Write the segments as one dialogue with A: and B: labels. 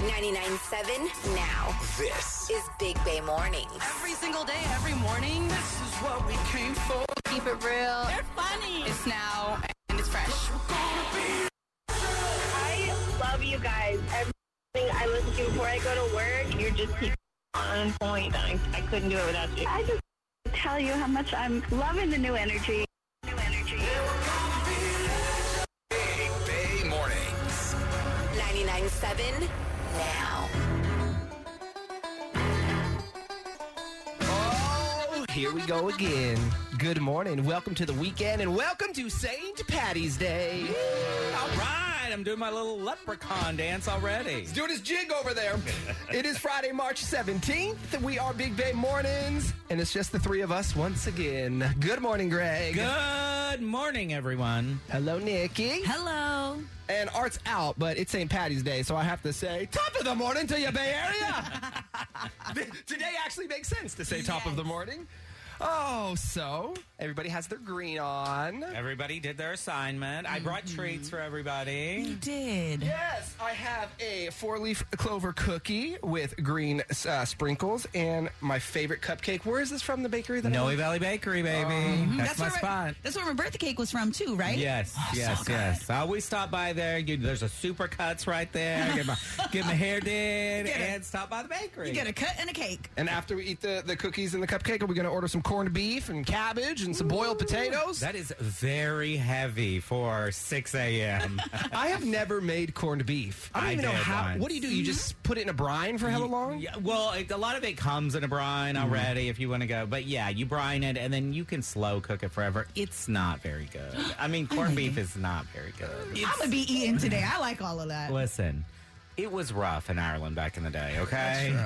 A: 99.7 now
B: This
A: is Big Bay Mornings.
C: Every single day, every morning. This is what we came for. Keep it real. They're funny. It's now and it's fresh.
D: I love you guys. Everything I listen to before I go to work, you're just keep on point. I, I couldn't do it without you. I just tell you how much I'm loving the new energy. New energy.
B: Big Bay Mornings.
A: 99.7 now.
E: Oh, here we go again. Good morning. Welcome to the weekend and welcome to St. Patty's Day.
F: All right, I'm doing my little leprechaun dance already.
E: He's doing his jig over there. it is Friday, March 17th. We are Big Bay Mornings, and it's just the three of us once again. Good morning, Greg.
F: Good morning, everyone.
E: Hello, Nikki.
G: Hello.
E: And Art's out, but it's St. Patty's Day, so I have to say, top of the morning to you, Bay Area. Th- Today actually makes sense to say top of the morning. Oh, so everybody has their green on.
F: Everybody did their assignment. I brought treats for everybody.
G: Did.
E: Yes, I have a four leaf clover cookie with green uh, sprinkles and my favorite cupcake. Where is this from the bakery? That I
F: Noe
E: love?
F: Valley Bakery, baby. Uh-huh. That's, my
G: where
F: spot.
G: That's where my birthday cake was from too, right?
F: Yes,
G: Oh, so
F: yes,
G: good.
F: yes. I always stop by there. You, there's a super cuts right there. Get my get my hair did
G: Get it.
F: and stop by the bakery.
G: You get a cut and a cake.
E: And after we eat the, the cookies and the cupcake, are we going to order some corned beef and cabbage and some boiled potatoes?
F: That is very heavy for 6 a.m.
E: I have never made corned beef. I don't
F: I
E: even know
F: did
E: how.
F: once. Mm-hmm.
E: What do you do? You just put it in a brine for how long?
F: Yeah, well, it, a lot of it comes in a brine
G: Mm-hmm.
F: already if you want to go. But yeah, you brine it and then you can slow cook it forever. It's not very good. I mean, corned beef is not very good.
G: I'm gonna be eating today. I like all of that.
F: Listen, it was rough in Ireland back in the day, okay?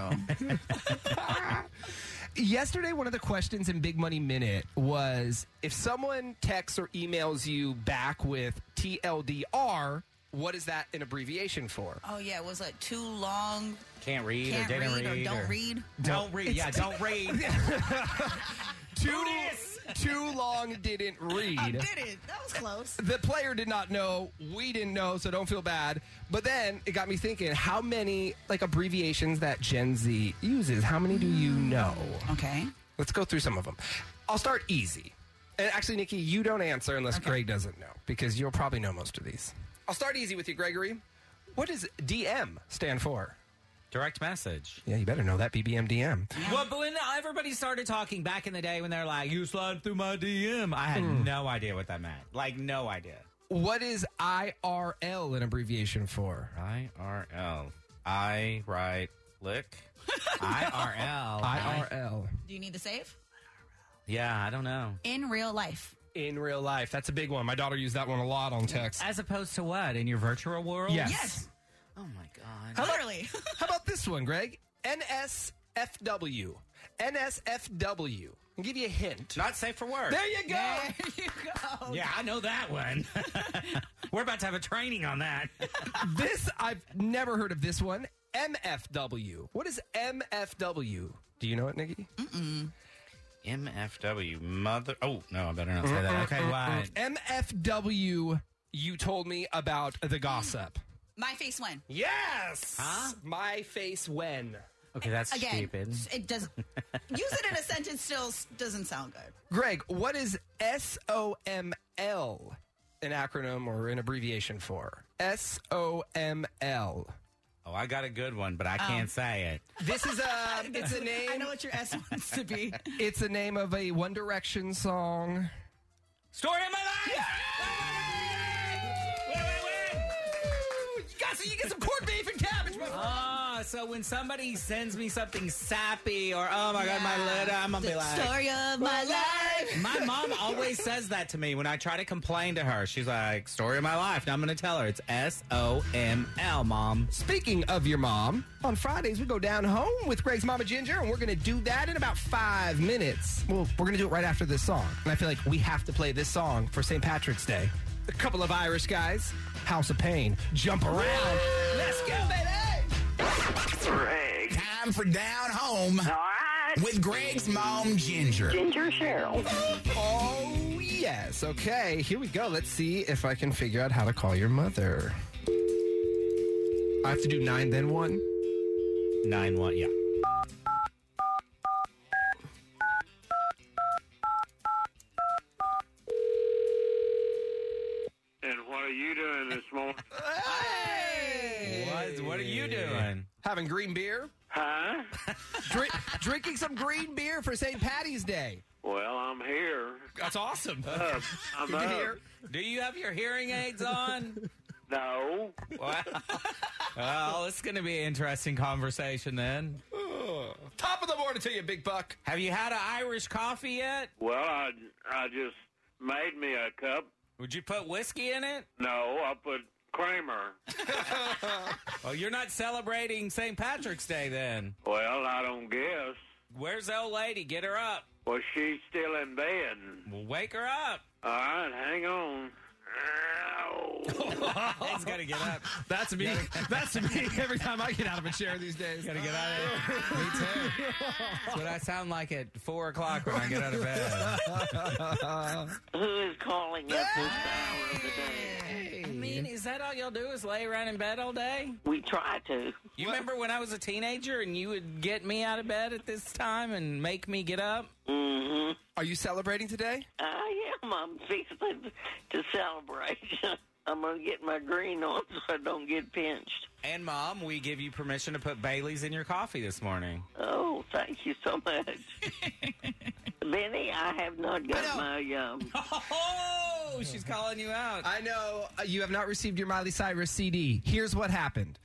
E: Yesterday, one of the questions in Big Money Minute was if someone texts or emails you back with TLDR, what is that an abbreviation for?
G: Oh yeah, it was like too long.
F: Can't read
G: Can't
F: or didn't
G: read,
F: read.
G: or don't read.
F: Don't read. Yeah, don't read.
E: Too, too long didn't
G: I
E: read.
G: did it. That was close.
E: The player did not know. We didn't know, so don't feel bad. But then it got me thinking how many like abbreviations that Gen Z uses. How many do you
G: Hmm.
E: know?
G: Okay.
E: Let's go through some of them. I'll start easy. And actually, Nikki, you don't answer unless Greg doesn't know because you'll probably know most of these. I'll start easy with you, Gregory. What does DM stand for?
F: Direct message.
E: Yeah, you better know that BBMDM.
F: Well, but when everybody started talking back in the day when they're like, you slide through my DM, I had
G: Hmm.
F: no idea what that meant. Like, no idea.
E: What is IRL an abbreviation for?
F: I R L. I right lick. I R L.
E: IRL.
G: Do you need the save?
F: Yeah, I don't know.
G: In real life.
E: In real life, that's a big one. My daughter used that one a lot on text.
F: As opposed to what in your virtual world?
E: Yes.
G: Yes.
F: Oh my god.
G: Literally.
E: How about this one, Greg? NSFW. NSFW. I'll give you a hint.
F: Not safe for work.
E: There you go.
G: you go.
F: yeah, I know that one. We're about to have a training on that.
E: This I've never heard of this one. MFW. What is MFW? Do you know it, Nikki?
F: MFW mother. Oh no, I better not say that. Okay, why?
E: MFW. You told me about the gossip.
G: My face went.
E: Yes.
F: Huh?
E: My face when.
F: Okay, that's
G: Again,
F: stupid.
G: it does. use it in a sentence still s- doesn't sound good.
E: Greg, what is SOML? An acronym or an abbreviation for SOML.
F: Oh, I got a good one, but I can't say it.
E: This is a it's a
G: I
E: name.
G: know what your S wants to be.
E: It's a name of a One Direction song.
F: Story of my life. Wait, wait, wait.
E: You got some, you get some corned beef and cabbage. my friend.
F: Ah, so when somebody sends me something sappy or oh my god, my letter, I'm gonna be
G: The
F: like.
G: Story of my life.
F: My mom always says that to me when I try to complain to her. She's like, "Story of my life." Now I'm going to tell her it's S O M L, mom.
E: Speaking of your mom, on Fridays we go down home with Greg's mama Ginger, and we're going to do that in about five minutes. Well, we're going to do it right after this song, and I feel like we have to play this song for St. Patrick's Day. A couple of Irish guys, House of Pain, jump around. Let's go, baby.
D: Greg.
H: Time for Down Home
D: All right.
H: with Greg's mom, Ginger.
D: Ginger Cheryl.
E: Oh yes. Okay, here we go. Let's see if I can figure out how to call your mother. I have to do nine, then one.
F: Nine one. Yeah.
I: And what are you doing this morning?
F: What? What are you doing?
E: Having green beer,
I: huh?
E: Drink, drinking some green beer for St. Patty's Day.
I: Well, I'm here.
F: That's awesome.
E: Uh,
I: Up. I'm up.
E: Here.
F: Do you have your hearing aids on?
I: No.
F: wow. Well, it's going to be an interesting conversation then.
E: Top of the morning to you, Big Buck.
F: Have you had an Irish coffee yet?
I: Well, I, I just made me a cup.
F: Would you put whiskey in it?
I: No, I put Kramer.
F: Oh, you're not celebrating St. Patrick's Day then.
I: Well, I don't guess.
F: Where's the old lady? Get her up.
I: Well, she's still in bed.
F: We'll wake her up.
I: All right, hang on. Ow.
F: He's got to get up.
E: That's me. That's me every time I get out of a chair these days. Uh,
F: Gotta get out of here. Me too. That's what I sound like at four o'clock when I get out of bed.
I: Who is calling at this hour of the day?
F: I mean, is that all y'all do is lay around in bed all day?
I: We try to.
F: You remember when I was a teenager and you would get me out of bed at this time and make me get up?
E: Are you celebrating today?
I: I am. I'm fixing to celebrate. I'm going to get my green on so I don't get pinched.
F: And mom, we give you permission to put Bailey's in your coffee this morning.
I: Oh, thank you so much. Benny, I have not got my um,
F: Oh, she's calling you out.
E: I know uh, you have not received your Miley Cyrus CD. Here's what happened.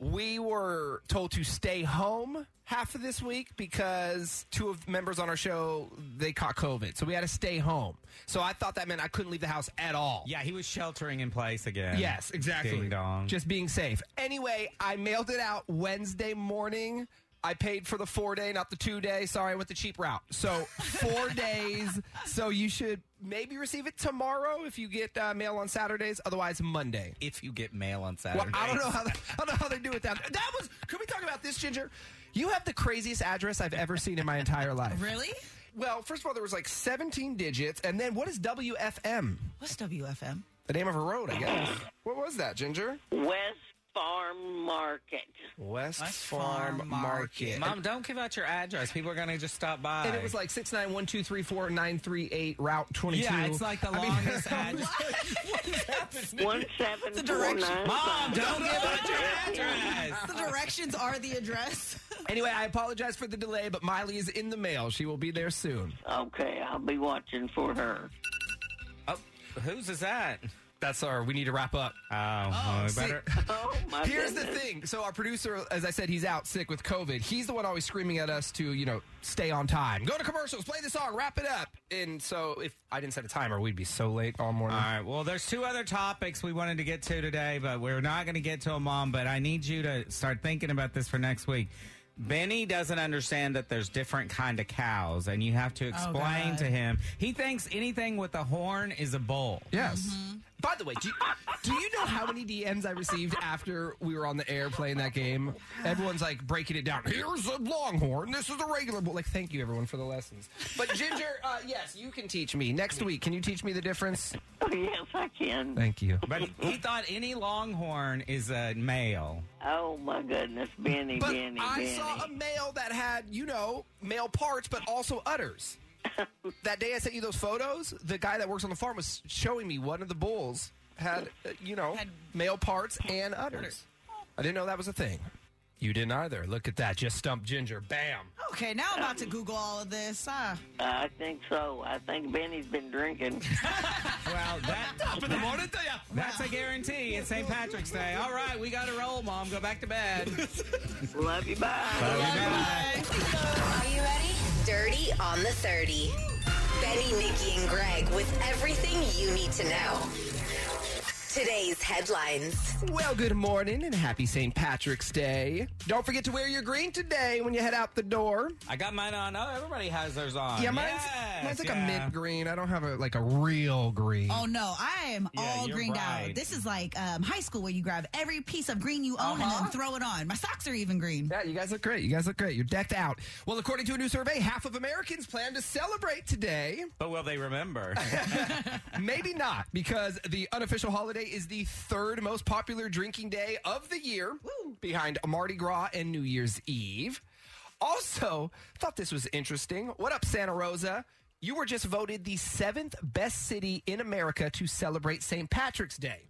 E: We were told to stay home half of this week because two of the members on our show they caught COVID. So we had to stay home. So I thought that meant I couldn't leave the house at all.
F: Yeah, he was sheltering in place again.
E: Yes, exactly.
F: Ding dong.
E: Just being safe. Anyway, I mailed it out Wednesday morning. I paid for the four day, not the two day. Sorry, I went the cheap route. So four days. So you should maybe receive it tomorrow if you get uh, mail on Saturdays. Otherwise, Monday.
F: if you get mail on
E: Well,
F: Saturday.
E: I don't know how they, I don't know how they do it down. That was. Could we talk about this, Ginger? You have the craziest address I've ever seen in my entire life.
G: Really?
E: Well, first of all, there was like 17 digits, and then what is WFM?
G: What's WFM?
E: The name of a road, I guess. What was that, Ginger?
I: West Farm Market.
E: West,
G: West
E: Farm,
G: Farm
E: Market.
F: Mom, don't give out your address. People are going to just stop by.
E: And it was like six nine one two three four nine three eight Route 22.
F: yeah, it's like the
E: I mean-
F: longest address.
I: One seven four nine.
F: Mom, don't give out your address.
G: The directions are the address.
E: anyway, I apologize for the delay, but Miley is in the mail. She will be there soon.
I: Okay, I'll be watching for her.
F: Oh, whose is that?
E: That's our, we need to wrap up.
F: Oh, well, we
E: see-
F: better.
I: Oh my
E: Here's the
I: goodness.
E: thing. So our producer, as I said, he's out sick with COVID. He's the one always screaming at us to, you know, stay on time. Go to commercials, play the song, wrap it up. And so if I didn't set a timer, we'd be so late all morning.
F: All right. Well, there's two other topics we wanted to get to today, but we're not going to get to them, Mom. But I need you to start thinking about this for next week. Benny doesn't understand that there's different kind of cows, and you
E: Oh,
F: have to explain
G: God.
F: to him. He thinks anything with a horn is a bull.
E: Yes. Mm-hmm. By the way, do you, do you know how many DMs I received after we were on the air playing that game? Everyone's like breaking it down. Here's a longhorn. This is a regular. bull. Like, thank you everyone for the lessons. But Ginger, uh, yes, you can teach me next week. Can you teach me the difference?
I: Oh, yes, I can.
E: Thank you.
F: But he thought any longhorn is a male.
I: Oh my goodness, Benny,
E: But
I: Benny,
E: I
I: Benny.
E: saw a male that had, you know, male parts, but also udders. that day I sent you those photos, the guy that works on the farm was showing me one of the bulls had, uh, you know,
G: Had-
E: male parts and udders. I didn't know that was a thing. You didn't either. Look at that. Just stumped Ginger. Bam.
G: Okay, now I'm about to Google all of this. Ah.
I: I think so. I think Benny's been drinking.
F: Well, that, that's a guarantee. It's St. Patrick's Day. All right, we got to roll, Mom. Go back to bed.
I: Love you, bye.
A: Are you ready? Dirty on the 30. Benny, Nikki, and Greg with everything you need to know. Today's headlines.
E: Well, good morning and happy St. Patrick's Day. Don't forget to wear your green today when you head out the door.
F: I got mine on. Oh, everybody has theirs on.
E: Yeah, mine's,
F: Yes,
E: mine's like
F: yeah.
E: a mint green. I don't have a like a real green.
G: Oh no, I am
F: Yeah,
G: all
F: you're
G: greened
F: right.
G: out. This is like um, high school where you grab every piece of green you own
F: Uh-huh.
G: and then throw it on. My socks are even green.
E: Yeah, you guys look great. You guys look great. You're decked out. Well, according to a new survey, half of Americans plan to celebrate today.
F: But will they remember?
E: Maybe not, because the unofficial holiday Day is the third most popular drinking day of the year, behind Mardi Gras and New Year's Eve. Also, thought this was interesting. What up, Santa Rosa? You were just voted the seventh best city in America to celebrate St. Patrick's Day.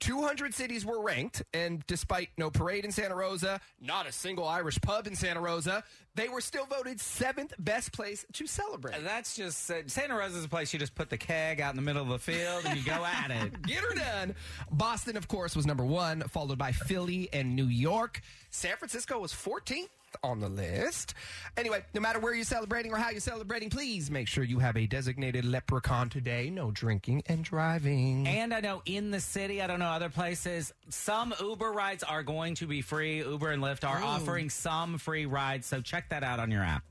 E: 200 cities were ranked, and despite no parade in Santa Rosa, not a single Irish pub in Santa Rosa, they were still voted seventh best place to celebrate.
F: That's just uh, Santa Rosa's a place you just put the keg out in the middle of the field and you go at it.
E: Get her done. Boston, of course, was number one, followed by Philly and New York. San Francisco was 14th on the list. Anyway, no matter where you're celebrating or how you're celebrating, please make sure you have a designated leprechaun today. No drinking and driving.
F: And I know in the city, I don't know other places, some Uber rides are going to be free. Uber and Lyft are
E: Ooh.
F: offering some free rides, so check that out on your app.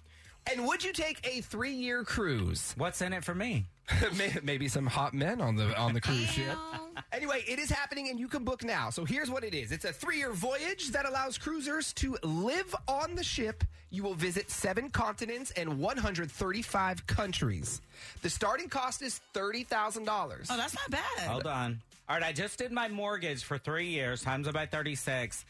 E: And would you take a three-year cruise?
F: What's in it for me?
E: May- Maybe some hot men on the on the cruise ship. Anyway, it is happening and you can book now. So here's what it is. It's a 3-year voyage that allows cruisers to live on the ship. You will visit 7 continents and 135 countries. The starting cost is $30,000.
G: Oh, that's not bad.
F: Hold on. All right, I just did my mortgage for three years times it by thirty six.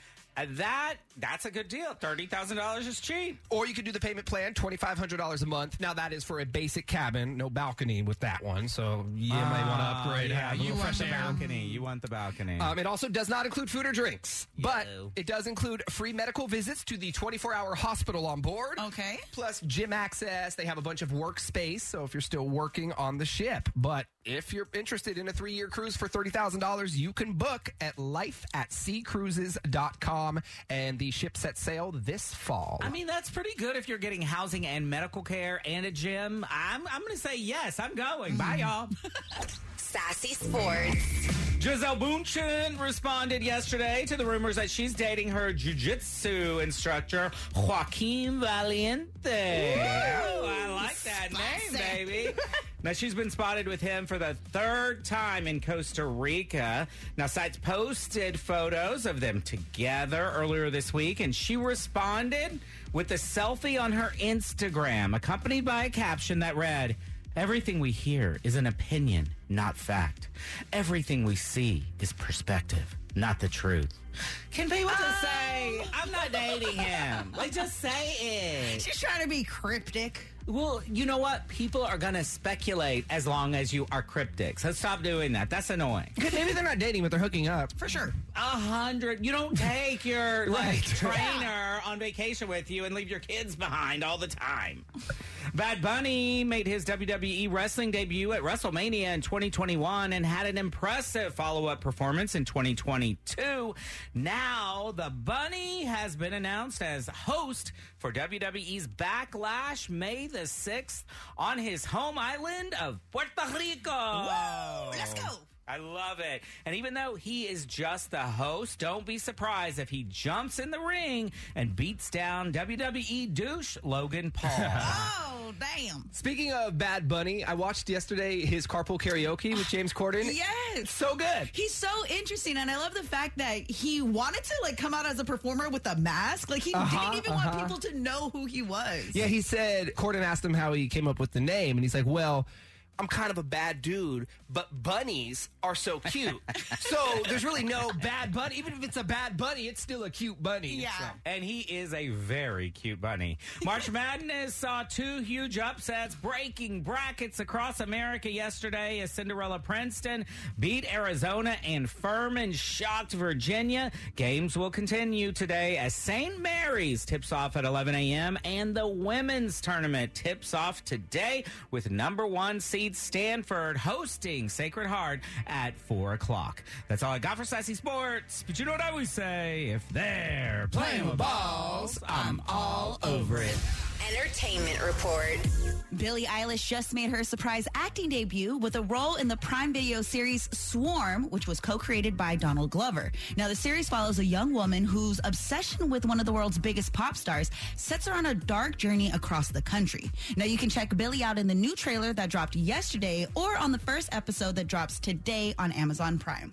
F: That that's a good deal. Thirty thousand dollars is cheap.
E: Or you could do the payment plan, $2,500 a month. Now, that is for a basic cabin, no balcony with that one. So you may want to
F: Ah,
E: upgrade.
F: Yeah,
E: have a
F: you
E: little
F: want
E: fresh
F: the Uh,
E: air.
F: balcony. You want the balcony.
E: Um, it also does not include food or drinks, but it does include free medical visits to the 24 hour hospital on board.
F: Oh.
G: Okay.
E: Plus gym access. They have a bunch of workspace. So if you're still working on the ship, but if you're interested in a three year cruise for $30,000, you can book at life at seacruises.com. And the ship sets sail this fall.
F: I mean, that's pretty good if you're getting housing and medical care and a gym. I'm, I'm going to say yes. I'm going. Bye, y'all.
A: Sassy Sports.
F: Giselle Bundchen responded yesterday to the rumors that she's dating her jujitsu instructor, Joaquin Valiente. Oh, I like that name, baby. now, she's been spotted with him for the third time in Costa Rica. Now, sites posted photos of them together earlier this week, and she responded with a selfie on her Instagram, accompanied by a caption that read, Everything we hear is an opinion, not fact. Everything we see is perspective, not the truth. Can people just say, I'm not dating him? Like, just say it.
G: She's trying to be cryptic.
F: Well, you know what? People are going to speculate as long as you are cryptic. So stop doing that. That's annoying.
E: Maybe they're not dating, but they're hooking up.
G: For sure.
F: A hundred. You don't take your like,
E: Right.
F: trainer on vacation with you and leave your kids behind all the time. Bad Bunny made his WWE wrestling debut at WrestleMania in 2021 and had an impressive follow up performance in 2022. Now, the Bunny has been announced as host for WWE's Backlash May the 6th on his home island of Puerto Rico. Oh.
G: Whoa, let's go.
F: I love it. And even though he is just the host, don't be surprised if he jumps in the ring and beats down WWE douche Logan Paul.
G: Oh, damn.
E: Speaking of Bad Bunny, I watched yesterday his carpool karaoke with James Corden.
G: Yes.
E: So good.
G: He's so interesting, and I love the fact that he wanted to like come out as a performer with a mask. Like he didn't even want people to know who he was.
E: Yeah, he said Corden asked him how he came up with the name, and he's like, "Well, I'm kind of a bad dude, but bunnies are so cute. so there's really no bad bunny. Even if it's a bad bunny, it's still a cute bunny.
G: Yeah.
E: So-
F: and he is a very cute bunny. March Madness saw two huge upsets breaking brackets across America yesterday as Cinderella Princeton beat Arizona and Furman shocked Virginia. Games will continue today as St. Mary's tips off at 11 a.m. and the women's tournament tips off today with number one seed Stanford hosting Sacred Heart at 4 o'clock. That's all I got for Sassy Sports. But you know what I always say? If they're playing with balls, I'm all over it.
A: Entertainment Report.
G: Billie Eilish just made her surprise acting debut with a role in the Prime Video series Swarm, which was co created by Donald Glover. Now, the series follows a young woman whose obsession with one of the world's biggest pop stars sets her on a dark journey across the country. Now, you can check Billie out in the new trailer that dropped yesterday or on the first episode that drops today on Amazon Prime.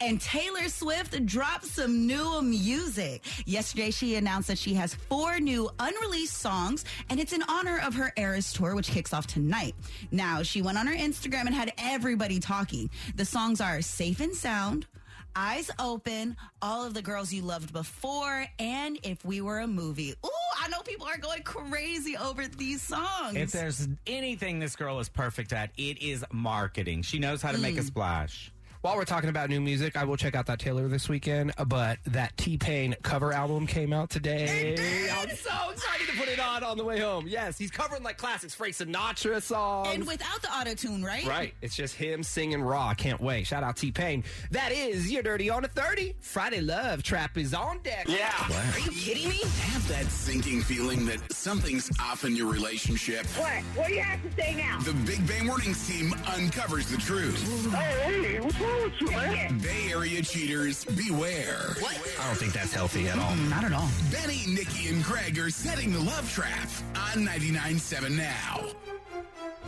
G: And Taylor Swift dropped some new music. Yesterday, she announced that she has four new unreleased songs and it's in honor of her Eras tour, which kicks off tonight. Now, she went on her Instagram and had everybody talking. The songs are Safe and Sound, Eyes Open, All of the Girls You Loved Before, and If We Were a Movie. Ooh, I know people are going crazy over these songs.
F: If there's anything this girl is perfect at, it is marketing. She knows how to make a splash.
E: While we're talking about new music, I will check out that Taylor this weekend, uh, but that T Pain cover album came out today. I'm so excited to put it on on the way home. Yes, he's covering like classics, Frank Sinatra songs.
G: and without the auto tune, right?
E: Right. It's just him singing raw. I can't wait. Shout out T Pain. That is Your Dirty on the 30. Friday Love Trap is on deck.
B: Yeah.
A: Are you kidding me?
H: Have that sinking feeling that something's off in your relationship.
D: What? What do you have to say now?
H: The Big Bang Warnings team uncovers the truth.
I: Hey, what's wrong with you, man?
H: Bay Area cheaters, beware.
E: I don't think that's healthy at all.
G: Not at all.
H: Benny, Nikki, and Craig are setting the love trap on 99.7 now.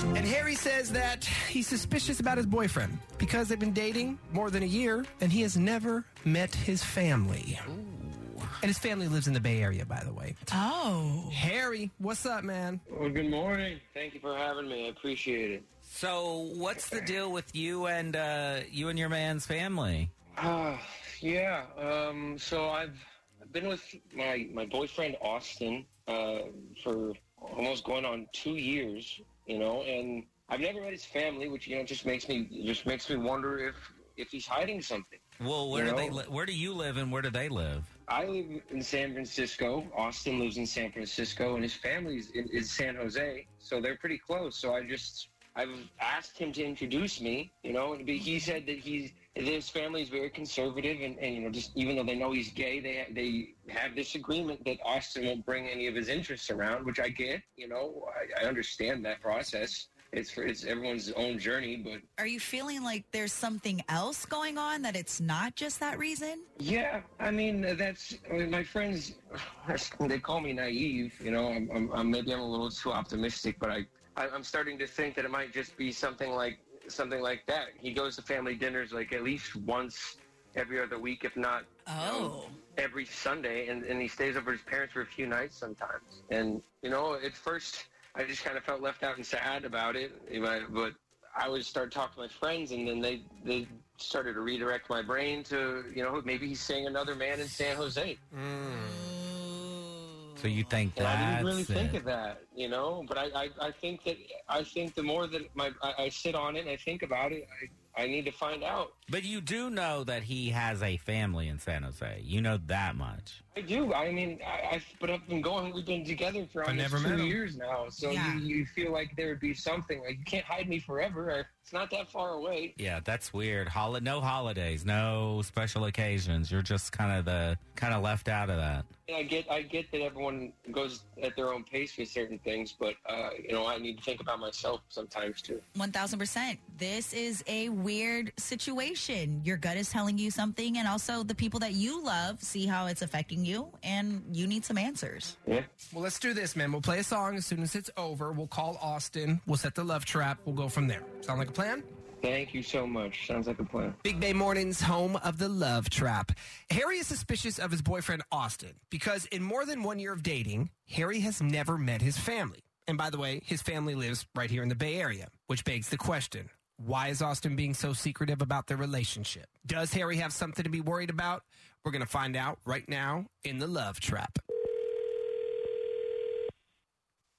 E: And Harry says that he's suspicious about his boyfriend because they've been dating more than a year and he has never met his family. And his family lives in the Bay Area, by the way.
G: Oh.
E: Harry, what's up, man?
J: Well, good morning. Thank you for having me. I appreciate it.
F: So, what's the deal with you and uh, you and your man's family?
J: Uh, yeah. Um, so I've I've been with my my boyfriend Austin uh, for almost going on two years. You know, and I've never met his family, which you know just makes me just makes me wonder if if he's hiding something.
F: Well, where
J: You
F: do they?
J: know?
F: Li- where do you live and where do they live?
J: I live in San Francisco. Austin lives in San Francisco, and his family's in, in San Jose, so they're pretty close. So I just I've asked him to introduce me, you know, and be- he said that he's that his family's very conservative, and, and you know, just even though they know he's gay, they ha- they have this agreement that Austin won't bring any of his interests around, which I get, you know, I, I understand that process. It's for it's everyone's own journey, but
K: Are you feeling like there's something else going on that it's not just that reason?
J: Yeah, I mean that's I mean, my friends. They call me naive, you know. I'm, I'm, I'm maybe I'm a little too optimistic, but I, I I'm starting to think that it might just be something like something like that. He goes to family dinners like at least once every other week, if not
K: Oh.
J: every Sunday, and, and he stays over at his parents for a few nights sometimes. And you know, at first I just kind of felt left out and sad about it, you know, but I would start talking to my friends, and then they they started to redirect my brain to you know maybe he's seeing another man in San Jose,
F: So you think
J: and I
F: that's
J: didn't really
F: it.
J: think of that, you know. But I, I, I think that I think the more that my I, I sit on it and I think about it, I, I need to find out.
F: But you do know that he has a family in San Jose. You know that much.
J: I do. I mean, I, I but I've been going. We've been together for almost
E: never met
J: two
E: him.
J: years now, so
K: Yeah.
J: you, you feel like there would be something. Like you can't hide me forever. I- It's not that far away.
F: Yeah, that's weird. Hol- no holidays, no special occasions. You're just kind of the kind of left out of that.
J: And I get, I get that everyone goes at their own pace with certain things, but uh, you know, I need to think about myself sometimes too.
K: 1000%. This is a weird situation. Your gut is telling you something, and also the people that you love see how it's affecting you, and you need some answers.
J: Yeah.
E: Well, let's do this, man. We'll play a song as soon as it's over. We'll call Austin. We'll set the love trap. We'll go from there. Sound like a plan?
J: Thank you so much. Sounds like a plan.
E: Big Bay Mornings, home of the love trap. Harry is suspicious of his boyfriend, Austin, because in more than one year of dating, Harry has never met his family. And by the way, his family lives right here in the Bay Area, which begs the question why is Austin being so secretive about their relationship? Does Harry have something to be worried about? We're going to find out right now in the love trap.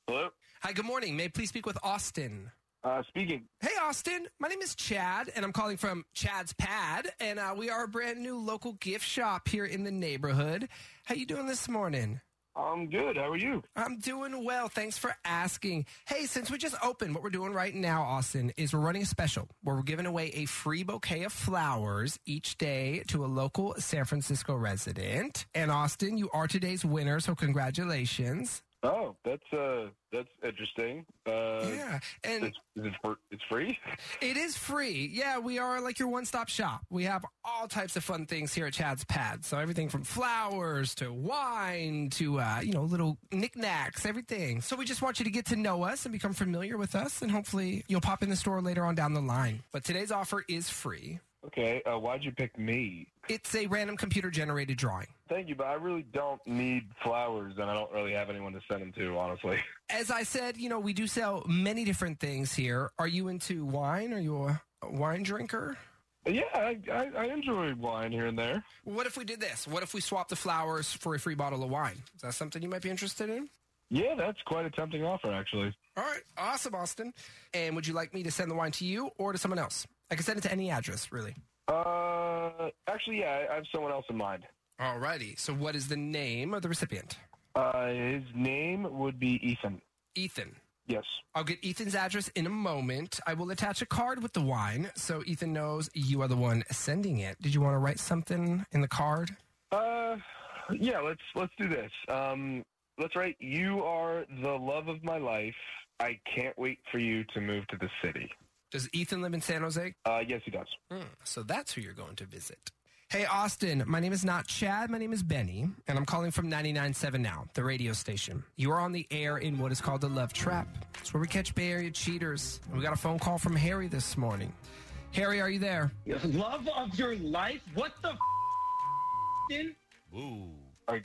J: Hello.
E: Hi, good morning. May I please speak with Austin?
J: Uh, speaking.
E: Hey, Austin. My name is Chad, and I'm calling from Chad's Pad, and uh, we are a brand new local gift shop here in the neighborhood. How you doing this morning?
J: I'm good. How are you?
E: I'm doing well. Thanks for asking. Hey, since we just opened, what we're doing right now, Austin, is we're running a special where we're giving away a free bouquet of flowers each day to a local San Francisco resident. And Austin, you are today's winner, so congratulations.
L: Oh, that's uh, that's interesting. Uh,
E: yeah. And
L: it's, it's, for, it's free.
E: It is free. Yeah, we are like your one stop shop. We have all types of fun things here at Chad's Pad. So everything from flowers to wine to, uh, you know, little knickknacks, everything. So we just want you to get to know us and become familiar with us. And hopefully you'll pop in the store later on down the line. But today's offer is free.
L: Okay, uh, why'd you pick me?
E: It's a random computer generated drawing.
L: Thank you, but I really don't need flowers, and I don't really have anyone to send them to, honestly.
E: As I said, you know, we do sell many different things here. Are you into wine? Are you a a wine drinker?
L: Yeah, I, I, I enjoy wine here and there.
E: What if we did this? What if we swapped the flowers for a free bottle of wine? Is that something you might be interested in?
L: Yeah, that's quite a tempting offer, actually.
E: All right, awesome, Austin. And would you like me to send the wine to you or to someone else? I can send it to any address, really.
L: Uh, actually, yeah, I, I have someone else in mind.
E: Alrighty. So, what is the name of the recipient?
L: Uh, his name would be Ethan.
E: Ethan.
L: Yes.
E: I'll get Ethan's address in a moment. I will attach a card with the wine so Ethan knows you are the one sending it. Did you want to write something in the card?
L: Uh, yeah, let's let's do this. Um, let's write. You are the love of my life. I can't wait for you to move to the city.
E: Does Ethan live in San Jose?
L: Uh, yes, he does.
E: Hmm, so that's who you're going to visit. Hey, Austin, my name is not Chad. My name is Benny, and I'm calling from 99.7 Now, the radio station. You are on the air in what is called the Love Trap. It's where we catch Bay Area cheaters. We got a phone call from Harry this morning. Harry, are you there?
J: Love of your life? What the f***ing?
L: Ooh. I,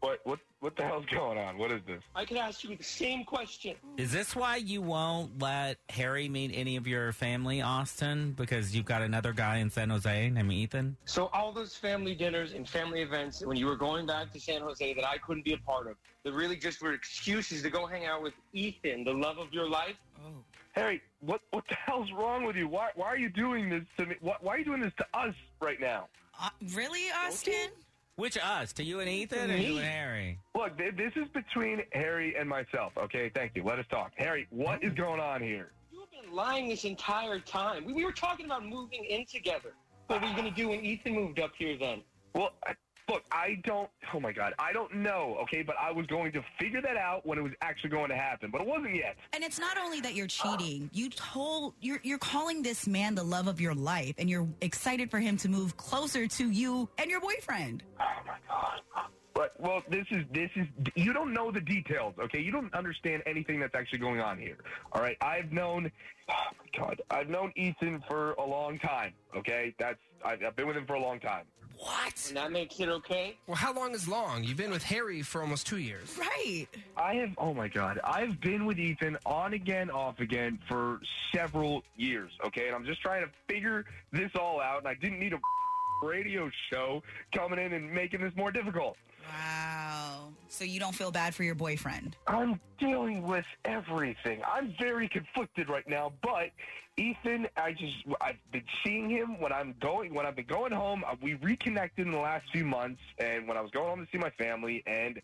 L: what what what the hell's going on? What is this?
J: I could ask you the same question.
F: Is this why you won't let Harry meet any of your family, Austin? Because you've got another guy in San Jose named Ethan?
J: So all those family dinners and family events when you were going back to San Jose that I couldn't be a part of, that really just were excuses to go hang out with Ethan, the love of your life.
L: Oh. Harry, what what the hell's wrong with you? Why why are you doing this to me? Why, why are you doing this to us right now?
G: Uh, really, Austin?
F: Which us? To you and Ethan or
L: Me.
F: you and Harry?
L: Look, th- this is between Harry and myself. Okay, thank you. Let us talk. Harry, what is going on here?
J: You've been lying this entire time. We, we were talking about moving in together. What were you going to do when Ethan moved up here then?
L: Well, I- look, I don't. Oh my God, I don't know. Okay, but I was going to figure that out when it was actually going to happen, but it wasn't yet.
G: And it's not only that you're cheating. You told you're you're calling this man the love of your life, and you're excited for him to move closer to you and your boyfriend.
L: But well, this is this is you don't know the details, okay? You don't understand anything that's actually going on here. All right, I've known, oh my God, I've known Ethan for a long time. Okay, that's I've, I've been with him for a long time.
J: What? And that makes it okay?
E: Well, how long is long? You've been with Harry for almost two years.
G: Right.
L: I have, oh my God, I've been with Ethan on again, off again for several years, okay? And I'm just trying to figure this all out, and I didn't need a radio show coming in and making this more difficult.
G: Wow. So you don't feel bad for your boyfriend.
L: I'm dealing with everything. I'm very conflicted right now, but Ethan, I just I've been seeing him when I'm going when I've been going home. Uh, We reconnected in the last few months, and when I was going home to see my family, and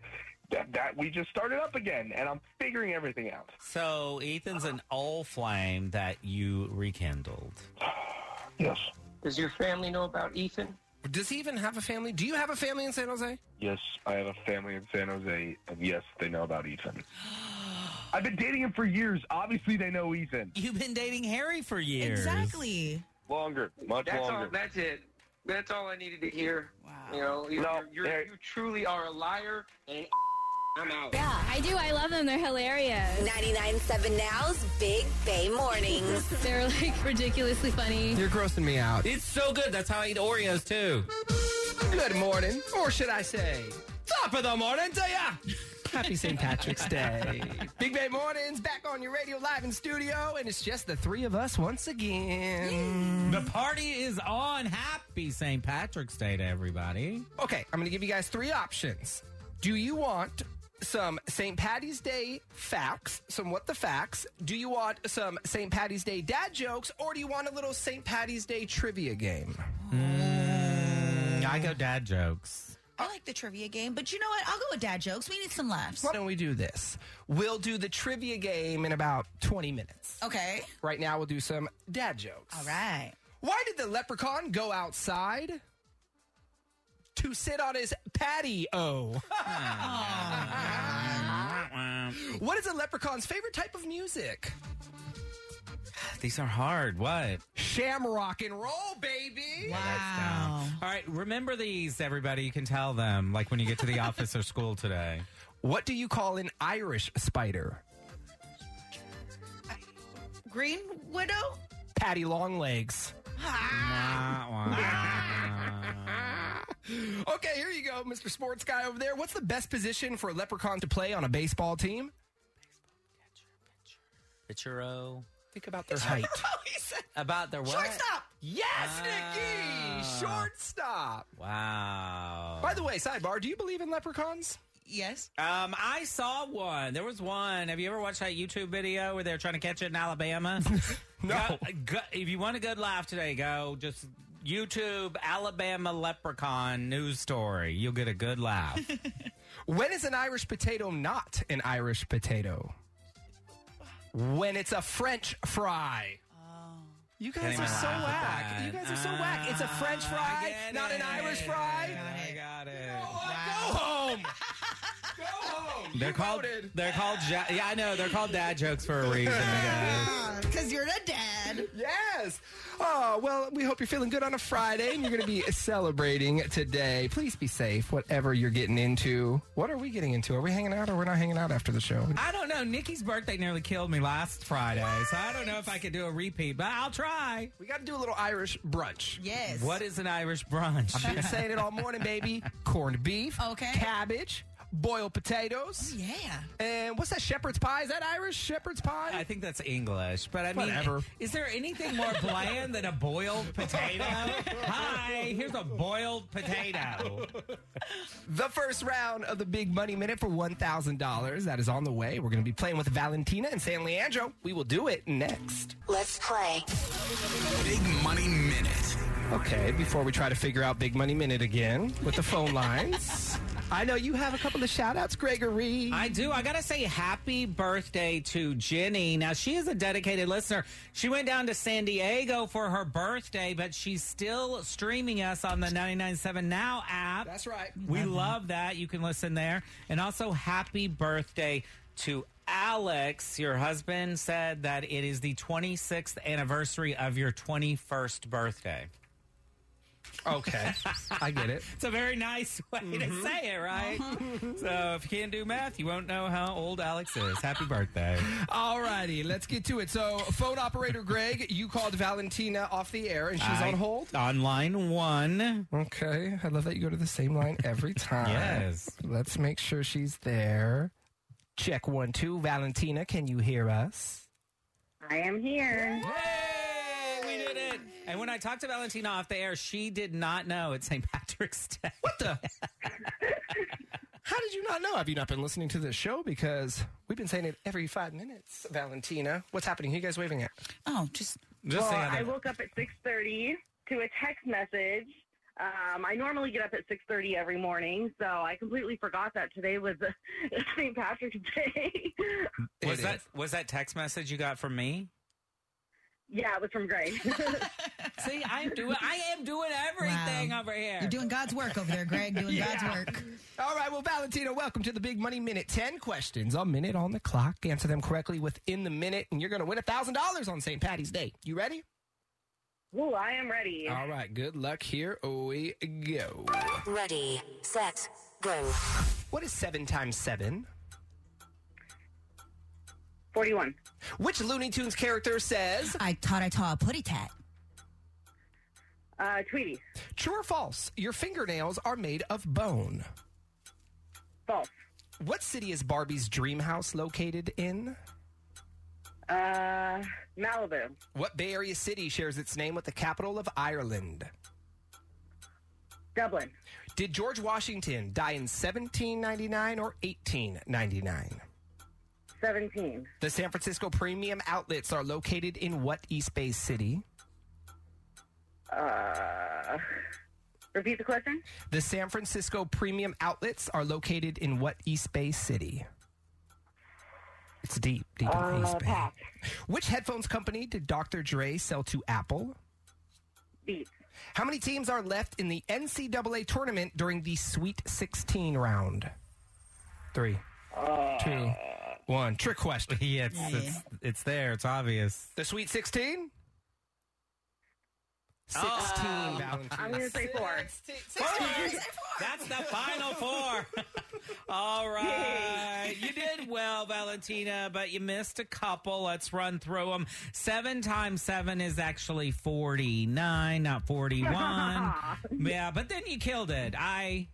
L: that, that we just started up again, and I'm figuring everything out.
F: So Ethan's an old flame that you rekindled.
L: Yes.
J: Does your family know about Ethan?
E: Does he even have a family? Do you have a family in San Jose?
L: Yes, I have a family in San Jose, and yes, they know about Ethan. I've been dating him for years. Obviously, they know Ethan.
F: You've been dating Harry for years.
G: Exactly.
L: Longer, much
J: That's
L: longer.
J: all. That's it. That's all I needed to hear. Wow. You know, you
L: No,
J: you're, you're, you truly are a liar, and I'm out.
M: Yeah, I do. I love them. They're hilarious.
A: 99.7 Now's Big Bay Mornings.
M: They're like ridiculously funny.
E: You're grossing me out.
F: It's so good. That's how I eat Oreos too.
E: Good morning, or should I say, top of the morning to ya! Happy St. Patrick's Day. Big Bay Mornings back on your radio live in studio, and it's just the three of us once again.
F: The party is on. Happy St. Patrick's Day to everybody.
E: Okay, I'm going to give you guys three options. Do you want some St. Patty's Day facts, some what the facts? Do you want some St. Patty's Day dad jokes, or do you want a little St. Patty's Day trivia game?
F: I go dad jokes.
G: I like the trivia game, but you know what? I'll go with dad jokes. We need some laughs.
E: Why don't we do this? We'll do the trivia game in about 20 minutes.
G: Okay.
E: Right now, we'll do some dad jokes.
G: All right.
E: Why did the leprechaun go outside to sit on his patio? what is a leprechaun's favorite type of music?
F: These are hard. What?
E: Shamrock and roll, baby.
F: Wow. All right, remember these, everybody. You can tell them, like when you get to the office or school today.
E: What do you call an Irish spider?
G: Green Widow?
E: Patty Longlegs. okay, here you go, Mr. Sports Guy over there. What's the best position for a leprechaun to play on a baseball team?
N: Pichero.
E: Think about their height.
N: About their what?
E: Shortstop! Yes, Nikki!
G: Ah.
E: Shortstop!
N: Wow.
E: By the way, sidebar, do you believe in leprechauns?
K: Yes.
F: Um, I saw one. There was one. Have you ever watched that YouTube video where they're trying to catch it in Alabama? no. if you want a good laugh today, go just YouTube Alabama leprechaun news story. You'll get a good laugh.
E: When is an Irish potato not an Irish potato? When it's a French fry. Oh. You guys
F: Can't
E: are
F: even
E: so
F: laugh at
E: whack.
F: that.
E: You guys are so whack. It's a French fry, not an Irish fry.
F: I got it.
E: Go home. Go home.
F: They're called. They're called. Ja- yeah, I know. They're called dad jokes for a reason. I guess.
K: Uh,
E: Because you're the dad. Yes. Oh, well, we hope you're feeling good on a Friday and you're going to be celebrating today. Please be safe, whatever you're getting into. What are we getting into? Are we hanging out or we're not hanging out after the show?
F: I don't know. Nikki's birthday nearly killed me last Friday, so I don't know if I could do a repeat, but I'll try.
E: We got to do a little Irish brunch.
K: Yes.
F: What is an Irish brunch?
E: I've been saying it all morning, baby. Corned beef, okay. cabbage, boiled potatoes.
K: yeah.
E: And what's that shepherd's pie? Is that Irish shepherd's pie?
F: I think that's English, but I mean,
E: Whatever.
F: is there anything more bland than a boiled potato? Hi, here's a boiled potato.
E: The first round of the Big Money Minute for $1,000. That is on the way. We're going to be playing with Valentina and San Leandro. We will do it next.
A: Let's play.
E: Big Money Minute. Okay, before we try to figure out Big Money Minute again with the phone lines, I know you have a couple of shout outs, Gregory.
F: I do. I got to say happy birthday to Jenny. Now, she is a dedicated listener. She went down to San Diego for her birthday, but she's still streaming us on the 997 Now app.
E: That's right.
F: We love that. You can listen there. And also, happy birthday to Alex. Your husband said that it is the 26th anniversary of your 21st birthday.
E: Okay. I get it.
F: It's a very nice way to say it, right? so if you can't do math, you won't know how old Alex is. Happy birthday.
E: All righty, let's get to it. So, phone operator Greg, you called Valentina off the air and she's
F: I-
E: on hold.
F: On line one.
E: Okay. I love that you go to the same line every time.
F: Yes.
E: Let's make sure she's there. Check one, two. Valentina, can you hear us?
D: I am here.
F: Hey, we did it. And when I talked to Valentina off the air, she did not know it's St. Patrick's Day.
E: What the? How did you not know? Have you not been listening to this show? Because we've been saying it every five minutes, Valentina. What's happening? Who are you guys waving at?
K: Oh, just.
D: well, I woke up at 6.30 to a text message. Um, I normally get up at 6.30 every morning, so I completely forgot that today was uh, St. Patrick's Day.
F: Was that was that text message you got from me?
D: yeah, it was from Greg.
F: See, I am doing I am doing everything over here.
K: You're doing God's work over there, Greg. Doing God's work.
E: All right, well, Valentina, welcome to the Big Money Minute. 10 questions, a minute on the clock. Answer them correctly within the minute, and you're going to win $1,000 on St. Patty's Day. You ready?
D: Well, I am ready.
E: All right, good luck. Here we go.
A: Ready, set, go.
E: What is 7 times 7?
D: 41.
E: Which Looney Tunes character says,
K: I thought I saw a putty tat.
D: Uh, Tweety.
E: True or false, your fingernails are made of bone?
D: False.
E: What city is Barbie's dream house located in?
D: Uh, Malibu.
E: What Bay Area city shares its name with the capital of Ireland?
D: Dublin.
E: Did George Washington die in 1799 or 1899?
D: 17.
E: The San Francisco Premium Outlets are located in what East Bay city?
D: Uh, repeat the question.
E: The San Francisco Premium Outlets are located in what East Bay city? It's deep, deep in
D: Uh,
E: East Bay.
D: pass.
E: Which headphones company did Dr. Dre sell to Apple?
D: Beats.
E: How many teams are left in the NCAA tournament during the Sweet 16 round? Three, two, one. Trick question.
F: Uh, Yeah, it's, it's, it's there. It's obvious.
E: The Sweet 16? 16
F: Oh.
E: Valentine's.
F: I'm gonna say
D: four.
N: That's the final four. All right. You did well, Valentina, but you missed a couple. Let's run through them. Seven times seven is actually 49, not 41. yeah, but then you killed it. I.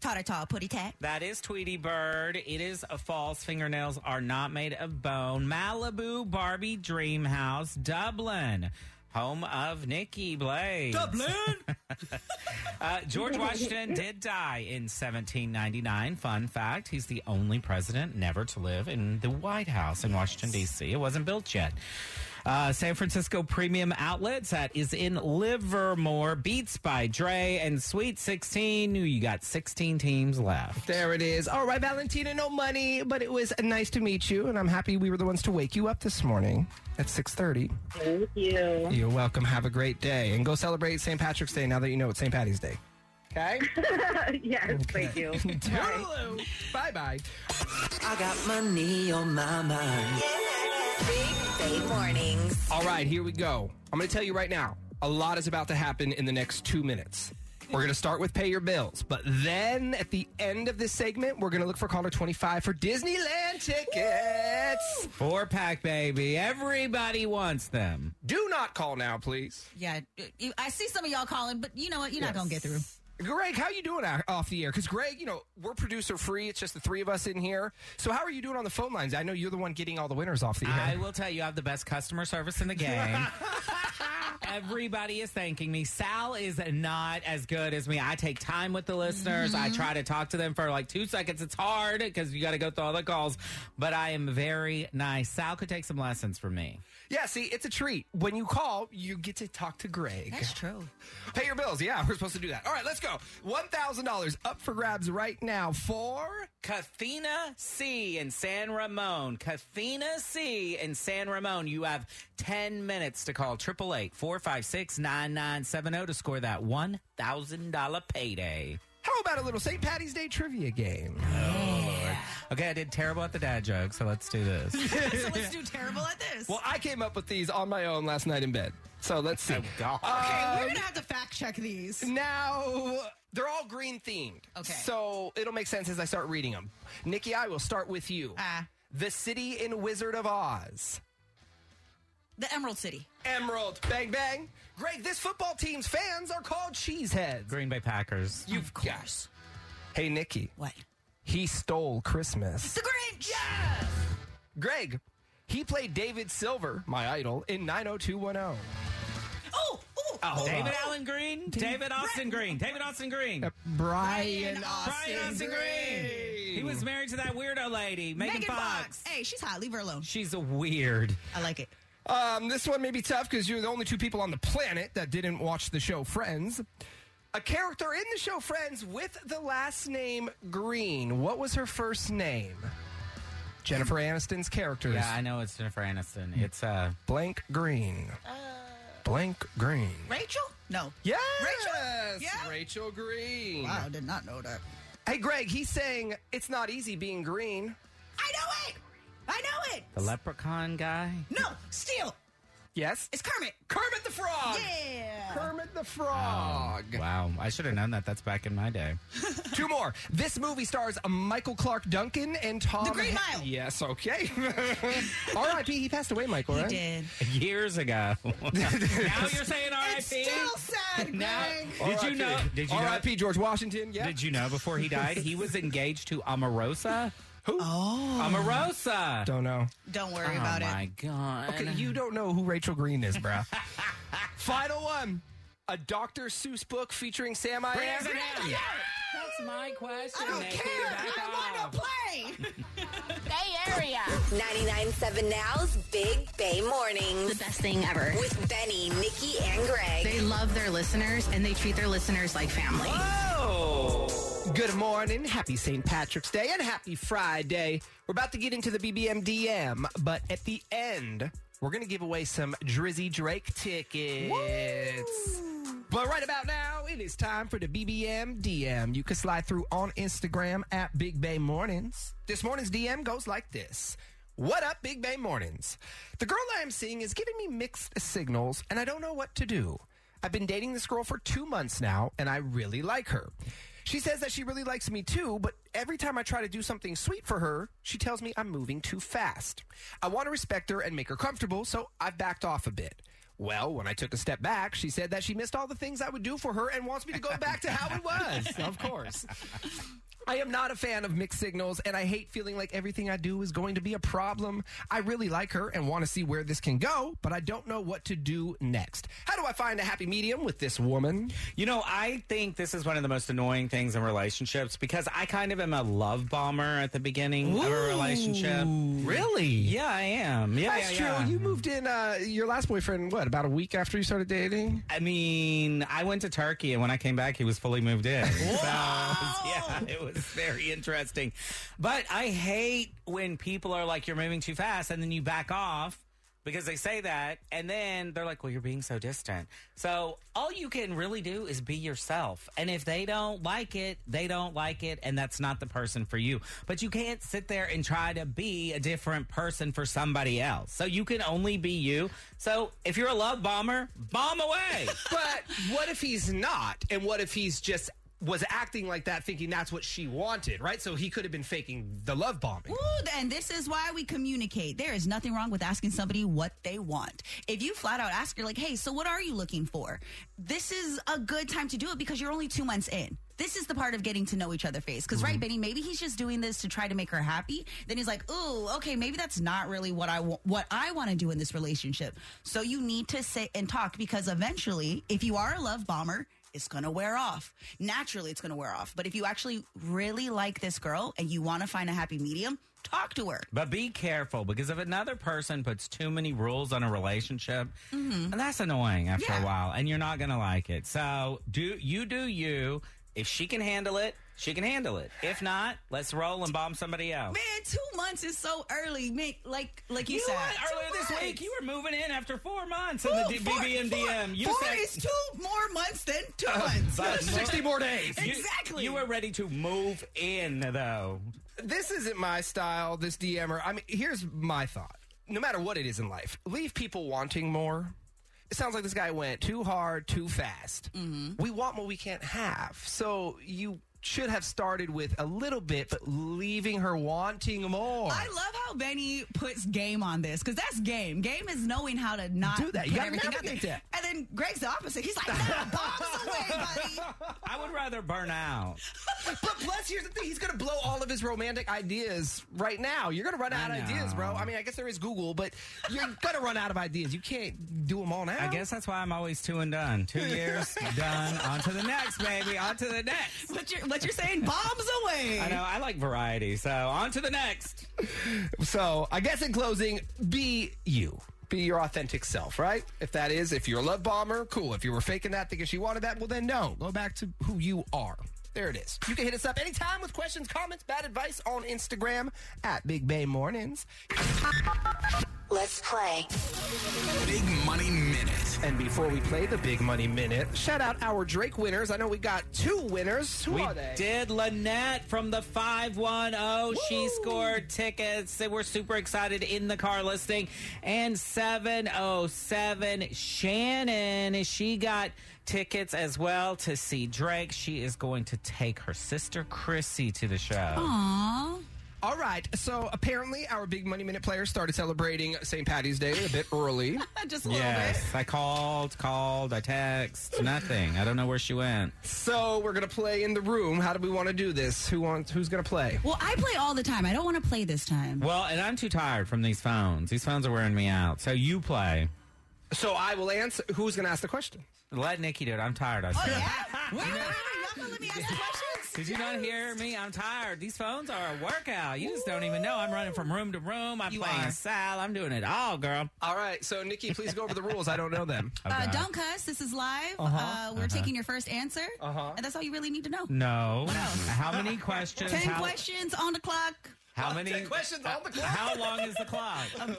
G: Tata ta, putty tat.
F: That is Tweety Bird. It is a false. Fingernails are not made of bone. Malibu, Barbie, Dream House, Dublin, home of Nikki Blades. Dublin. uh, George Washington did die in 1799. Fun fact: He's the only president never to live in the White House in Washington D.C. It wasn't built yet. Uh, San Francisco Premium Outlets that is in Livermore. Beats by Dre and Sweet 16. You got 16 teams left.
E: There it is. All right, Valentina, no money, but it was nice to meet you, and I'm happy we were the ones to wake you up this morning at 6.30.
D: Thank you.
E: You're welcome. Have a great day, and go celebrate St. Patrick's Day now that you know it's St. Patty's Day. Okay?
D: yes, thank you.
E: Toodaloo. Bye-bye.
A: I got money on my mind. Big Bay Mornings.
E: All right, here we go. I'm going to tell you right now, a lot is about to happen in the next two minutes. We're going to start with pay your bills, but then at the end of this segment, we're going to look for caller 25 for Disneyland tickets.
F: Four pack, baby. Everybody wants them.
E: Do not call now, please.
K: Yeah, you- I see some of y'all calling, but you know what? You're not
E: Yes.
K: gonna get through.
E: Greg, how you doing out- off the air? Because Greg, you know, we're producer free. It's just the three of us in here. So how are you doing on the phone lines? I know you're the one getting all the winners off the air.
F: I will tell you, I have the best customer service in the game. Everybody is thanking me. Sal is not as good as me. I take time with the listeners. I try to talk to them for like two seconds. It's hard because you got to go through all the calls, but I am very nice. Sal could take some lessons from me.
E: Yeah, see, it's a treat. When you call, you get to talk to Greg. That's
K: true.
E: Pay your bills. Yeah, we're supposed to do that. All right, let's go. $1,000 up for grabs right now for.
F: Kathina C in San Ramon. Kathina C in San Ramon. You have 10 minutes to call 888 456 9970 to score that $1,000 payday.
E: How about a little St. Patty's Day trivia game?
F: Okay, I did terrible at the dad joke, so let's do this.
K: so let's do terrible at this.
E: Well, I came up with these on my own last night in bed. So let's
F: Uh, Oh,
K: okay,
E: see. Um,
K: we're gonna have to fact check these.
E: Now, they're all green themed. Okay. So it'll make sense as I start reading them. Nikki, I will start with you. The city in Wizard of Oz.
K: The Emerald City.
E: Emerald. Bang, bang. Greg, this football team's fans are called cheeseheads.
F: Green Bay Packers.
E: You've course. Hey, Nikki.
K: What?
E: He stole Christmas.
K: The Grinch.
E: Greg, he played David Silver, my idol, in 90210.
K: Oh, oh,
E: hold
F: David
E: on.
F: Allen Green, David, Austin Green, David Austin Green,
E: Brian
F: Brian Austin Green. He was married to that weirdo lady, Megan, Fox.
K: Hey, she's hot. Leave her alone.
F: She's a weird.
K: I like it.
E: Um, this one may be tough because you're the only two people on the planet that didn't watch the show Friends. A character in the show Friends with the last name Green. What was her first name? Jennifer Aniston's characters.
F: Yeah, I know it's Jennifer Aniston. It's uh
E: Blank Green. Blank Green.
K: Rachel? No.
E: Yes.
K: Rachel? Yeah.
E: Rachel Green.
K: Wow, did not know that.
E: Hey, Greg, he's saying it's not easy being green.
K: I know it. I know it.
F: the leprechaun guy.
K: No, steal.
E: Yes?
K: It's Kermit.
E: Kermit the Frog.
K: Yeah.
E: Kermit the Frog.
F: Wow, I should have known that. That's back in my day.
E: Two more. This movie stars Michael Clark Duncan and Tom.
K: The Green Mile.
E: Yes, okay. R.I.P. He passed away, Michael. Right?
K: did.
F: Years ago. now you're saying
K: It's
F: R.I.P.
K: still sad,
F: Now-
K: Greg.
F: Did you know? Did you know?
E: R.I.P. George Washington. Yeah.
F: Did you know before he died he was engaged to Omarosa?
E: Who?
K: Oh.
F: Omarosa.
E: Don't know.
K: Don't worry
F: oh
K: about
F: my
K: it.
F: god.
E: Okay, you don't know who Rachel Green is, bruh. Final one. A Dr. Seuss book featuring Sam I Am.
F: President.
E: Yeah.
F: That's my question.
K: I don't
F: Nikki.
K: care.
F: Back
K: I
F: off.
K: want to play.
A: Bay Area. 99.7 Now's Big Bay Mornings.
O: The best thing ever.
A: With Benny, Nikki, and Greg.
O: They love their listeners and they treat their listeners like family.
E: Good morning. Happy St. Patrick's Day and happy Friday. We're about to get into the BBMDM, but at the end, we're going to give away some Drizzy Drake tickets. But right about now, it is time for the BBM DM. You can slide through on Instagram at Big Bay Mornings. This morning's DM goes like this. What up, Big Bay Mornings? The girl I am seeing is giving me mixed signals, and I don't know what to do. I've been dating this girl for two months now, and I really like her. She says that she really likes me too, but every time I try to do something sweet for her, she tells me I'm moving too fast. I want to respect her and make her comfortable, so I've backed off a bit. Well, when I took a step back, she said that she missed all the things I would do for her and wants me to go back to how it was. Of course. I am not a fan of mixed signals, and I hate feeling like everything I do is going to be a problem. I really like her and want to see where this can go, but I don't know what to do next. How do I find a happy medium with this woman?
F: You know, I think this is one of the most annoying things in relationships because I kind of am a love bomber at the beginning of a
E: Ooh.
F: relationship.
E: Really?
F: Yeah, I am. Yeah,
E: That's
F: yeah,
E: true.
F: yeah.
E: You moved in uh, your last boyfriend, what, about a week after you started dating?
F: I mean, I went to Turkey, and when I came back, he was fully moved in. So, yeah, it was very interesting. But I hate when people are like, "You're moving too fast," and then you back off because they say that, and then they're like, "Well, you're being so distant." So all you can really do is be yourself, and if they don't like it, they don't like it, and that's not the person for you. But you can't sit there and try to be a different person for somebody else. So you can only be you. So if you're a love bomber, bomb away.
E: but what if he's not? And what if he's just was acting like that, thinking that's what she wanted, right? So he could have been faking the love bombing.
G: Ooh, and this is why we communicate. There is nothing wrong with asking somebody what they want. If you flat out ask her, like, hey, so what are you looking for? This is a good time to do it because you're only two months in. This is the part of getting to know each other phase. Because, right, Benny, maybe he's just doing this to try to make her happy. Then he's like, ooh, okay, maybe that's not really what I, wa- what I want to do in this relationship. So you need to sit and talk because eventually, if you are a love bomber, it's going to wear off. Naturally, it's going to wear off. But if you actually really like this girl and you want to find a happy medium, talk to her.
F: But be careful because if another person puts too many rules on a relationship, and that's annoying after a while, and you're not going to like it. So do you do you? If she can handle it, she can handle it. If not, let's roll and bomb somebody else.
G: Man, two months is so early. Man, like like you,
F: You
G: said
F: know what? Earlier
G: two
F: this
G: months.
F: week, you were moving in after four months in the D-
G: four-
F: BBMDM.
G: four-
F: you
G: four
F: said
G: is two more months than two months.
F: But- You-
G: Exactly.
F: You, were ready to move in though.
E: This isn't my style, this DMer. I mean, here's my thought. No matter what it is in life, leave people wanting more. It sounds like this guy went too hard, too fast. We want what we can't have. So you should have started with a little bit, but leaving her wanting more.
G: I love how Benny puts game on this because that's game. Game is knowing how to not
E: Do that. You
G: put
E: gotta
G: everything out there.
E: navigate that.
G: And then Greg's the opposite. He's like, nah, bombs away, buddy.
F: I would rather burn out.
E: but plus, here's the thing: he's going to blow all of his romantic ideas right now. You're going to run out of ideas, bro. I mean, I guess there is Google, but you're going to run out of ideas. You can't do them all now.
F: I guess that's why I'm always two and done. Two years done. On to the next, baby. On to the next.
G: What you're what you're saying? Bombs away.
F: I know. I like variety. So on to the next.
E: So, I guess in closing, be you. Be your authentic self, right? If that is, if you're a love bomber, cool. If you were faking that thinking she wanted that, well, then no. Go back to who you are. There it is. You can hit us up anytime with questions, comments, bad advice on Instagram at Big Bay Mornings.
A: Let's play.
E: Big Money Minute. And before we play the Big Money Minute, shout out our Drake winners. I know we got two winners. Who
F: we
E: are they?
F: did Lynette from the 510. She scored tickets. and We're super excited in the car listing. And 707 Shannon. She got tickets as well to see Drake. She is going to take her sister Chrissy to the show.
E: All right. So apparently, our Big Money Minute players started celebrating St. Patty's Day a bit early.
G: Just
F: yes, I called, called, I text, nothing. I don't know where she went.
E: So we're gonna play in the room. How do we want to do this? Who wants? Who's gonna play?
G: Well, I play all the time. I don't want to play this time.
F: Well, and I'm too tired from these phones. These phones are wearing me out. So you play.
E: So I will answer. Who's gonna ask the question?
F: Let Nikki do it. I'm tired.
G: Oh,
F: I said. Did you not hear me? I'm tired. These phones are a workout. You just don't even know. I'm running from room to room. I'm playing a sal. I'm doing it all, girl.
E: All right. So Nikki, please go over the rules. I don't know them.
G: Uh, don't cuss. This is live. uh
F: Uh-huh.
G: we're
F: Uh-huh.
G: taking your first answer,
F: Uh-huh.
G: and that's all you really need to know.
F: No. How many questions?
G: Ten
F: how,
G: questions on the clock.
F: How many How long is the clock?
G: Uh,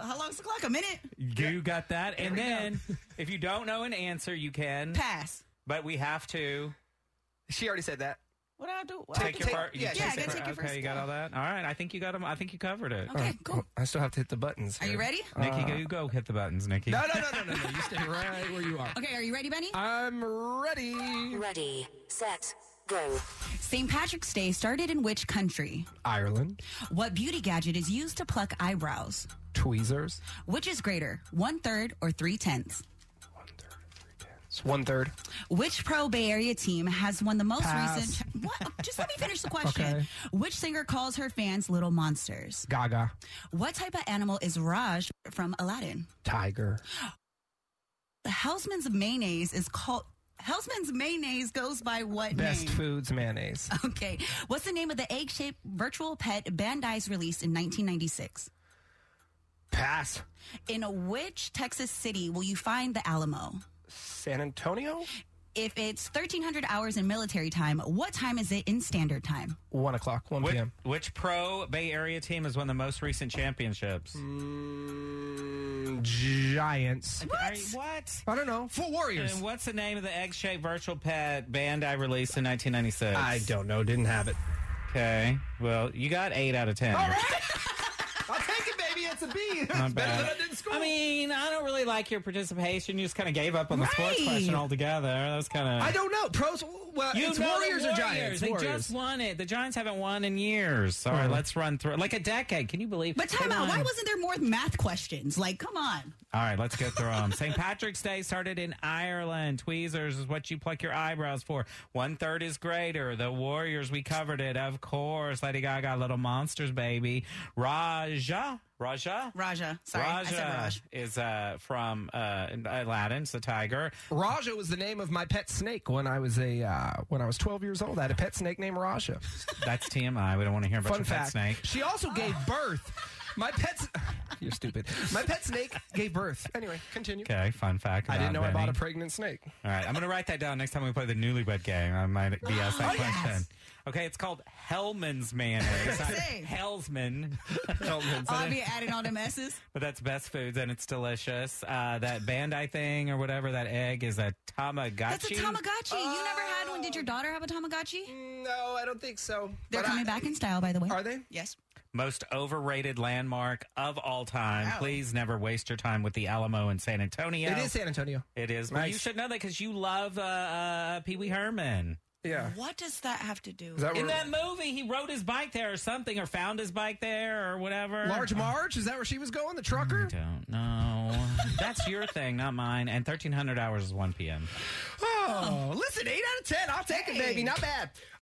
G: how long's the clock? A minute.
F: You got that. and then, if you don't know an answer, you can
G: pass.
F: But we have to.
E: She already said that.
N: What I do?
E: Take your first.
N: you Okay, you got all that. All right, I think you got them. I think you covered it.
E: Okay, cool. I still have to hit the buttons.
G: Are you
E: here.
G: ready?
F: Nikki,
E: Uh,
F: go, you go hit the buttons, Nikki.
E: No, no, no, no, no, no. You stay right where you are.
G: Okay, are you ready,
F: Uh-huh.
G: Benny?
E: I'm ready.
G: Ready, set, go. St. Patrick's Day started in which country?
E: Ireland,
G: What beauty gadget is used to pluck eyebrows?
E: tweezers.
G: Which is greater, one third or three tenths?
E: It's one third.
G: Which pro Bay Area team has won the most
E: Pass.
G: recent? What? Just let me finish the question. Which singer calls her fans little monsters?
E: Gaga,
G: What type of animal is Raj from Aladdin?
E: tiger.
G: Hellsman's mayonnaise is called. Hellsman's mayonnaise goes by what
E: Best
G: name?
E: foods mayonnaise.
G: Okay. What's the name of the egg shaped virtual pet Bandai's released in 1996?
E: Pass.
G: In which Texas city will you find the Alamo?
E: San Antonio.
G: If it's 1300 hours in military time, what time is it in standard time?
E: One o'clock. One
F: Which,
E: p.m.
F: which pro Bay Area team has won the most recent championships?
E: Hmm.
F: Mm,
E: Giants.
F: What? what?
E: I don't know. Four Warriors.
F: And what's the name of the egg-shaped virtual pet band I released in 1996? I
E: don't know. Didn't have it.
F: Okay. Well, you got eight out of ten.
E: I'll take it, baby. It's a B.
F: Not
E: It's better than
F: bad.
E: I did in school.
F: I mean, I don't really like your participation. You just kind of gave up on the sports
E: Right.
F: question altogether. That was kind of.
E: I don't know. Pros. Well,
F: You
E: it's
F: know the
E: Warriors, or Giants.
F: They
E: Warriors. Hmm.
F: just won it. The Giants haven't won in years. All right, let's run through like a decade. Can you believe?
G: But time
F: Come
G: out.
F: on.
G: Why wasn't there more math questions? Like, come on.
F: All right, let's go through them. St. Patrick's Day started in Ireland. Tweezers is what you pluck your eyebrows for. One third is greater. The Warriors, we covered it, of course. Lady Gaga, Little Monsters, baby. Raja, Raja,
G: Raja. Sorry, I
F: Raja
G: said Raj.
F: is uh, from uh, Aladdin's the tiger.
E: Raja was the name of my pet snake when I was a uh, when I was 12 years old. I had a pet snake named Raja.
F: That's TMI. We don't want to hear about
E: Fun
F: your pet
E: fact:
F: snake.
E: She also gave birth. My pet's. You're stupid. My pet snake gave birth. Anyway, continue.
F: Okay, fun fact.
E: I didn't know
F: about
E: I bought a
F: Benny.
E: pregnant snake.
F: All right, I'm going to write that down next time we play the newlywed game. I might be asked that
E: Oh, yes.
F: question. Okay, it's called Hellman's mayonnaise. Hellsman. Hellman's.
G: I'll be adding all them S's.
F: But that's best foods and it's delicious. Uh, that Bandai thing or whatever, that egg is a Tamagotchi.
G: That's a Tamagotchi. you never had one. Did your daughter have a Tamagotchi?
E: No, Oh. I don't think so.
G: They're coming back in style, by the way. Are
E: they?
G: Yes.
F: Most overrated landmark of all time.
E: Wow.
F: Please never waste your time with the Alamo in San Antonio.
E: It is San Antonio.
F: It is. Well, you
E: Nice.
F: should know that because you love uh, uh, Pee Wee Herman.
E: Yeah.
K: What does that have to do?
E: Is that
F: in
E: where-
F: that movie, he rode his bike there or something, or found his bike there or whatever.
E: Large Marge? Is that where she was going? The trucker?
F: don't know. That's your thing, not mine. And 1300 hours is 1 p.m.
E: Oh, listen, eight out of ten. I'll take it, baby. Not bad.